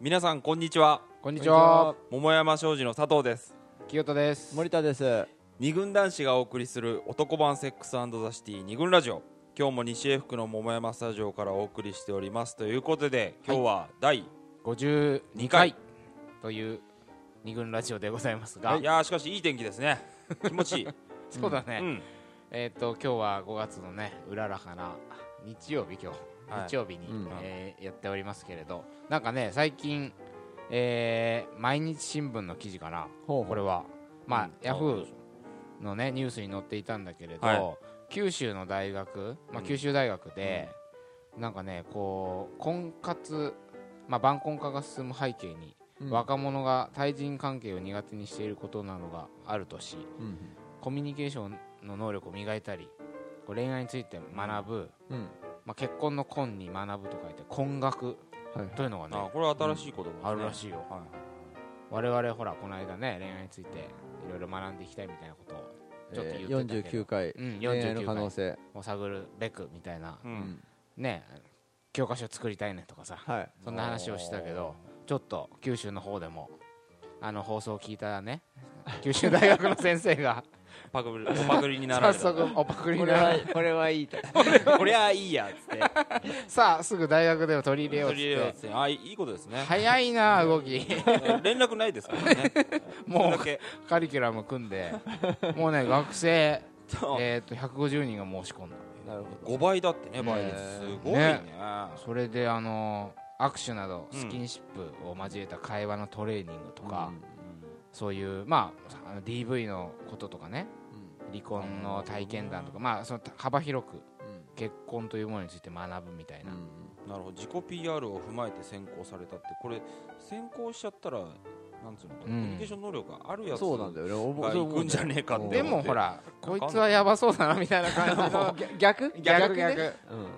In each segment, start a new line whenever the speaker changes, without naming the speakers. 皆さんこんにちは
こんにちは。
桃山商事の佐藤です
清田です。
森田です
二軍男子がお送りする男版セックスザシティ二軍ラジオ今日も西江福の桃山スタジオからお送りしておりますということで今日は第、
五十二
回
回という二軍ラジオでございます
あ
が、
い、やーしかしいい天気ですね気持ちいい、
そうだ
う
ね。
ん、
えっと今日は五月のねうららかな日曜日今日、
はい
日曜日に、
うん
えーやっておりますけれど、なんかね最近、えー毎日新聞の記事かな。
ほ
これはまあ、
うん
ヤフーのねニュースに載っていたんだけれど、
はい
九州の大学、まあ、
うん
九州大学で、なんかねこう婚活、まあ、晩婚化が進む背景に、
うん
若者が対人関係を苦手にしていることなどがあるとし
うん
コミュニケーションの能力を磨いたりこう恋愛について学ぶ、
うん
まあ、結婚の婚に学ぶと書いて婚学
はい
というのがね
あこれは新しい言葉ですね、
あるらしいよ
は
我々ほらこの間ね恋愛についていろいろ学んでいきたいみたいなことをちょっと言ってたけど、
四十九回
うん、
恋愛の
49
可能
回
性
を探るべくみたいな、
い、う
うん
ね教科書作りたいねとかさ
はい
そんな話をしてたけどちょっと九州の方でもあの放送を聞いたね九州大学の先生が
パクリパクリになら
早
れた
速おパクリ
こ
に
れ
なら
は
れ
これはいいと
こりゃいいやっつって
さあすぐ大学でも取り入れようっ
取り入れようっ
つ
つ
っ
ってあいいいいことです
て
ね、
早いな 動き
連絡ないですからね
も
だ
う
け
カリキュラム組 んでもうね学生
そう
えーと150人が申し込んだ
なる
5倍だってね倍率
ね
すごいね
それであの握手などスキンシップを交えた会話のトレーニングとか、そういう、まあ、あの DV のこととかね離婚の体験談とか、まあ、その幅広く結婚というものについて学ぶみたいな、
なるほど自己 PR を踏まえて選考されたってこれ選考しちゃったらなんつうのコ
うん
ミュニケーション能力があるやつ
そうなんだよねおぼ
が
そう
行
思う
く
ん
ん
だ
じ
よ
ゃねえかって
でもほらこいつはやばそうだなみたいな感じの
逆
逆逆
ね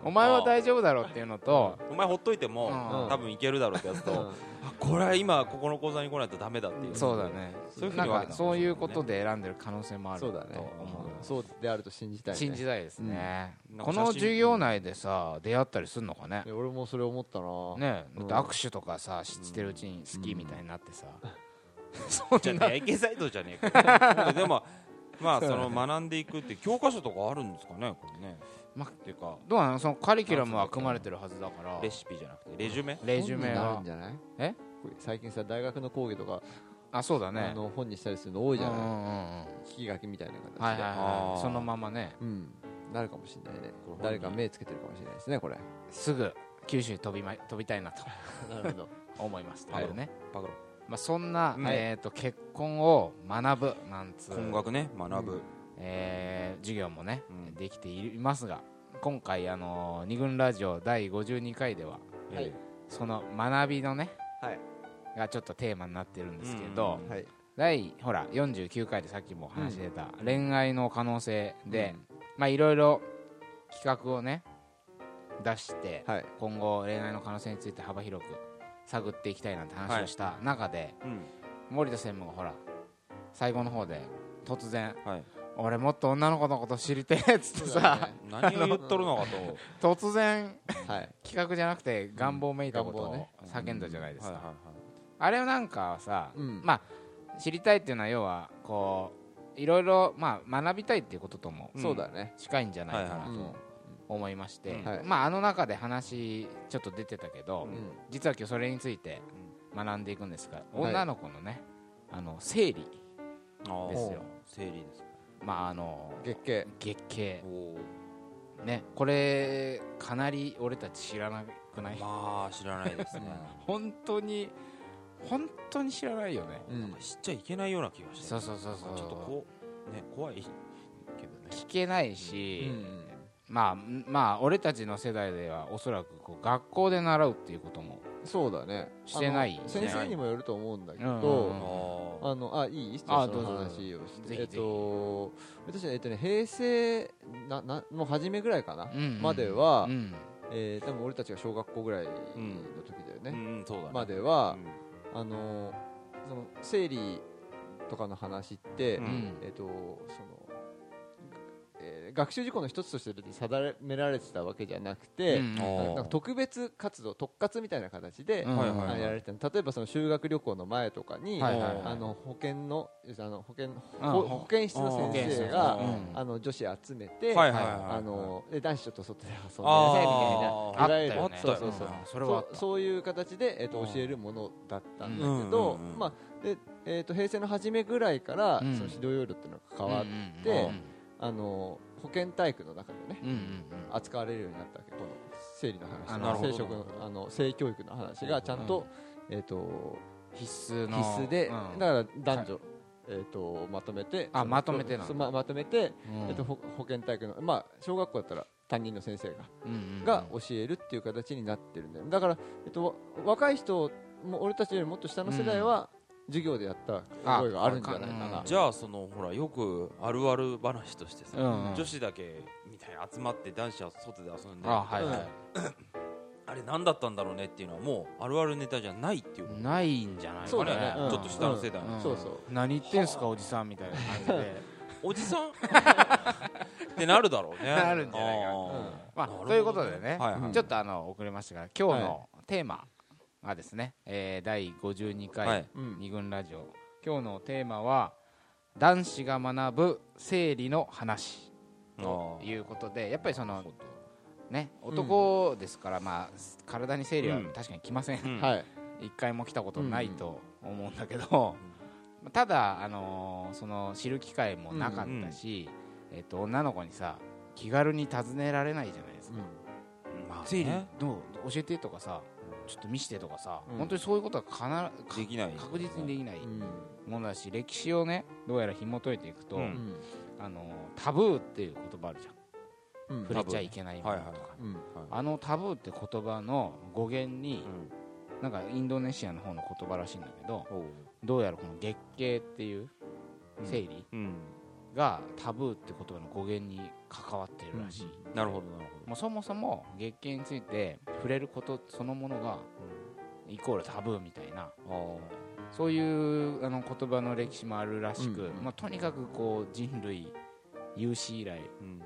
お前は大丈夫だろうっていうのと
お前ほっといても
うん
多分いけるだろうってや つ
う
とあこれは今ここの講座に来ないとダメだっていう
そうだね
そういうふう
な
に
ん
分けたん
か
ですよ
そう
ね
いうことで選んでる可能性もあ
ん
る
そ
と
う
思
だ
う
ねうんそうであると信じたいね
信じたいですね、
うん
この授業内でさ出会ったりするのかね
いや俺もそれ思ったな
ねだ
う
っ
ん
て握手とかさしてるうちに好きみたいになってさ、
じゃねえ AK サイトじゃねえかでもまあその学んでいくって教科書とかあるんですかねこれね
まあ
っていうか
どうなのそのカリキュラムは組まれてるはずだから
レシピじゃなくてレジュメ
レジュメ
本になる
は
んじゃない
え
これ最近さ大学の講義とか
あそうだね
あの本にしたりするの多いじゃ
うんう
ない
んうんうん
聞き書きみたいな形で
はいはい
あ
は
ー
いそのままね
うんなるかもしれないね
これ本人
誰か目つけてるかもしれないですねこれ
すぐ九州に飛びま飛びたいなと
なるほど
思いますと
はい
いうね、
パクロ
まあ、そんな、
うん
えー、と結婚を学ぶなんつ
音
う、
楽ね学ぶ
えー授業もね、
うん
できていますが今回、あのー二軍ラジオ第52回では
はい
え
その学びのね、
はい
がちょっとテーマになってるんですけど、
うん
はい
第ほら49回でさっきも話してた、恋愛の可能性で、
う
まあいろいろ企画をね出して、
はい
今後恋愛の可能性について幅広く探っていきたいなんて話をした中で、
えうん
森田専務がほら最後の方で突然
はい
「俺もっと女の子のこと知りてえ」っつってさ、
何を言っとるのかと
突然
はい
企画じゃなくて願望めいたこと
願望
を
ね
叫んだじゃないです
はい
か
は
あれなんかはさ、
うん
まあ知りたいっていうのは要はこういろいろまあ学びたいっていうこととも
うん
そうだね
近いんじゃないかな
はい
はい
と思いまして、
うん
はい
まああの中で話ちょっと出てたけど、
う
うん
実は今日それについて学んでいくんですが、
はい
女の子のねあの生理
いはい
ですよ
整理です
まああの
月経
月経
おー
ねこれかなり俺たち知らなくない
まあ知らないですね
本当に本当に知らないよね
うん
知っちゃいけないような気がして
そうそうそうそう
ちょっとこうね怖いけどね
聞けないし、まあまあ俺たちの世代ではおそらくこう学校で習うっていうことも
そうだね
してない
あ
ね
の先生にもよると思うんだけ
うん
あ
ど
ー
あのあいいじゃ
あ
あその
どうぞ
話をして
ぜひ
えっと私はえっとね平成ななの初めぐらいかな
うんうん
までは
うん
えー多分俺たちが小学校ぐらいの
ん
時だよ
う
ね
んうんそうだね
まで
う
は
ん
あのその生理とかの話って
うん
うん
えっとそのええー学習事項の一つとして別に定められてたわけじゃなくて、
うん
あー
なんか特別活動特活みたいな形で、
うん
はいはいはい
あやられてた例えばその修学旅行の前とかに、
はい
はいはい
あの保健のあの保健
うん
ほ保健室の先生が
あ
あ
ー
うん
の女子集めて、
はいはいはい
あので男子ちょっと外で遊んでみたい
あー
ないわゆる
あったよね
そうそうそ
あ
う
ったよね
それはあった
うそういう形で、えっと
うん
教えるものだったんだ
うん
けど、
うん
まあでえっと平成の初めぐらいから、
うん
その指導要領っていうのが変わって、
うんうん
あの保健体育の中でね
うんうんうん
扱われるようになったわけこの生理の話
あ
あ
な
の
るほど
生殖のあの性教育の話がちゃんと,、えっと
必須
必
の
須で、
うん
だから男女、えっとまとめて
あまとめてなんだ
そうままとめて、
うん
えっとほ保健体育の、まあ、小学校だったら担任の先生が
うんうんうん
が教えるっていう形になってるんだよだから、えっと、わ若い人も俺たちよりもっと下の世代は、授業でやった覚えがあるんじゃないか
あ
な
うん
じゃあそのほらよくあるある話としてさ、
うんうん
女子だけみたいに集まって男子は外で遊んで
あはいは
あれ何だったんだろうねっていうのはもうあるあるネタじゃないっていうこ
いないんじゃない
と
か
そう
ね
だねうん
ちょっと下の世代、
うん
そうそう
何言ってんすかおじさんみたいな感じ で
おじさん ってなるだろうね
なるんじゃないかな
あ
ま
な
あ
るほどね
ということでね
はいはい
ちょっとあの遅れましたが今日のテーマがですねえー第52
は
回
い
うん
二軍ラジオ今日のテーマは男子が学ぶ生理の話
ー
ということでやっぱりそのね
ん
男ですからまあ体に生理は
うん
確かに来ません
うん
はい、
一回も来たことないと思うんだけど、まあただ、あのーその知る機会もなかったし、えっと女の子にさ気軽に尋ねられないじゃないです
う
か
ん
まあね
「生理どう教えて」とかさ「ちょっと見して」とかさ、
うん
本当にそういうことはかなか
できない
確実にできない
うん
ものだし歴史をねどうやら紐解いていくと、
うん
うん
あのータブーっていう言葉あるじゃん
うん
触れちゃいけないものとか、
はいは
うん
あのタブーって言葉の語源に、なんかインドネシアの方の言葉らしいんだけど、
うん
どうやらこの月経っていう生理
うん
がタブーって言葉の語源に関わってるらしい、
なるほどなる
もうそもそも月経について触れることそのものがイコールタブーみたいな
ほど
そういうあの言葉の歴史もあるらしく、
うん
まあ、とにかくこう人類有史以来
あーうん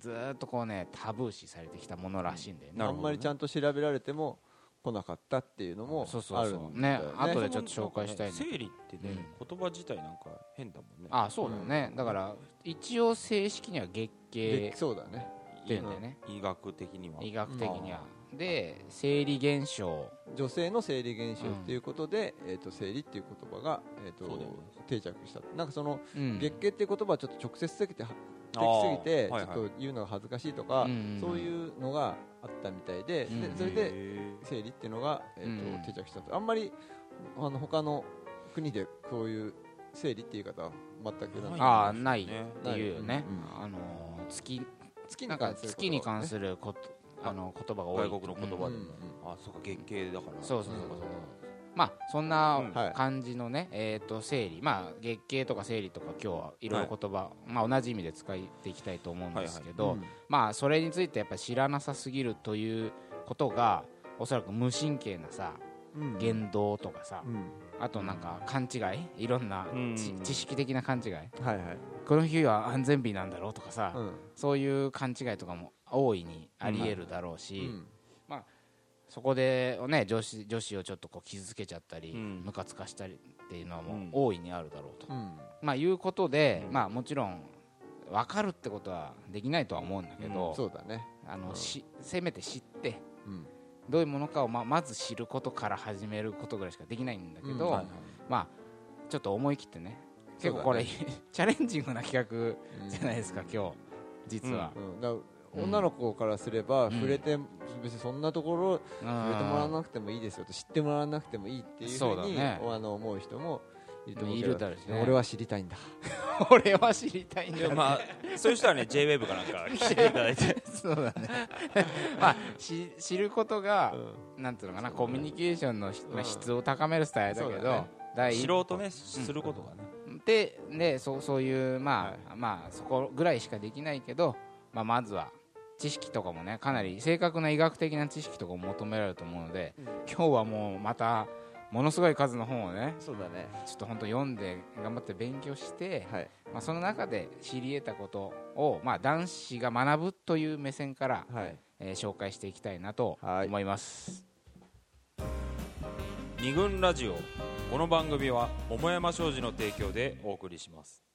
ずーっとこうねタブー視されてきたものらしいんだよね
な
あ
るほどね
んまりちゃんと調べられても来なかったっていうのも
そうそ
あ
う
る
そ
ん
う
だ
ね
よね
後でちょっと紹介したいんだけど
生理ってね言葉自体なんか変だもんね
あそうだよね、だから一応正式には月経
で
っ
そうだね
ていうんだよね、
医学的には
医学的には、で生理現象
女性の生理現象っていうことで、えー、と生理っていう言葉が、えーと
そうだよね
定着したなんかその、
うん
月経っていう言葉はちょっと直接的では
あ
的す
ー
ぎて、
はいはい
ちょっと言うのが恥ずかしいとか、
うんうんうん
そういうのがあったみたいで,で、
うんうん
それ
へ
で
ー
生理っていうのが、えーと
うんうん
定着したとあんまりあの他の国でこういう生理っていう言い方は全くなんか
ああないっていうよね
ないうん
あのー月
月
なんか月に関することあの言葉が多い
外国の言
う
葉
ん
で
うん
あそうか月経だから
そうそううんそうそうまあそんな
うん
はい
感じのねえっと生理まあ月経とか生理とか今日はいろいろ言葉まあ同じ意味で使っていきたいと思うんですけ
う
ど
ん
まあそれについてやっぱ知らなさすぎるということがおそらく無神経なさ
うん
言動とかさ
うん
あとなんか勘違いいろんな知
うん
知識的な勘違い
はいはい、
この日は安全日なんだろうとかさ
うん
そういう勘違いとかも大いにありえるだろうし、
うん
そこで、ね、女子女子をちょっとこう傷つけちゃったり、
うん
ムカつかしたりっていうのはも
うん
う大いにあるだろうと、
うん
まあ、いうことで、
うん
まあ、もちろん分かるってことはできないとは思うんだけど、
そうだね、
あの
うん
しせめて知って
うん
どういうものかをままず知ることから始めることぐらいしかできないんだけど、
うんはい
まあ、ちょっと思い切ってね結構
そ
こ
うだ
れ、
ね
チャレンジングな企画
うん
じゃないですか、今日実は。
うんだから女の子からすれば、
ん
触れて別にそんなところ
うん
触れてもらわなくてもいいですよと知ってもらわなくてもいいっていうふ
そう
う
だ
に
ね
あの思う人もいると思うけ
いるだろうしね
俺は知りたいんだ
俺は知りたいんだ
いやまあ そういう人はね JWAVE かなんか来ていただいて
そうだね まあし知ることが、なんていうのかなコミュニケーションのひ、まあ質を高めるスタイルだけ
そう
ど
だね
第一
素
歩
人ねすることがね
ででそうそういうまあ、まあそこぐらいしかできないけど、まあ、まずは知識とかもねかなり正確な医学的な知識とかも求められると思うので、今日はもうまたものすごい数の本をね
そうだね
ちょっと本当読んで頑張って勉強して、
はい
まあ、その中で知り得たことを、まあ、男子が学ぶという目線から、
はい
えー紹介していきたいなと
はい
思います、
二軍ラジオこの番組は桃山商事の提供でお送りします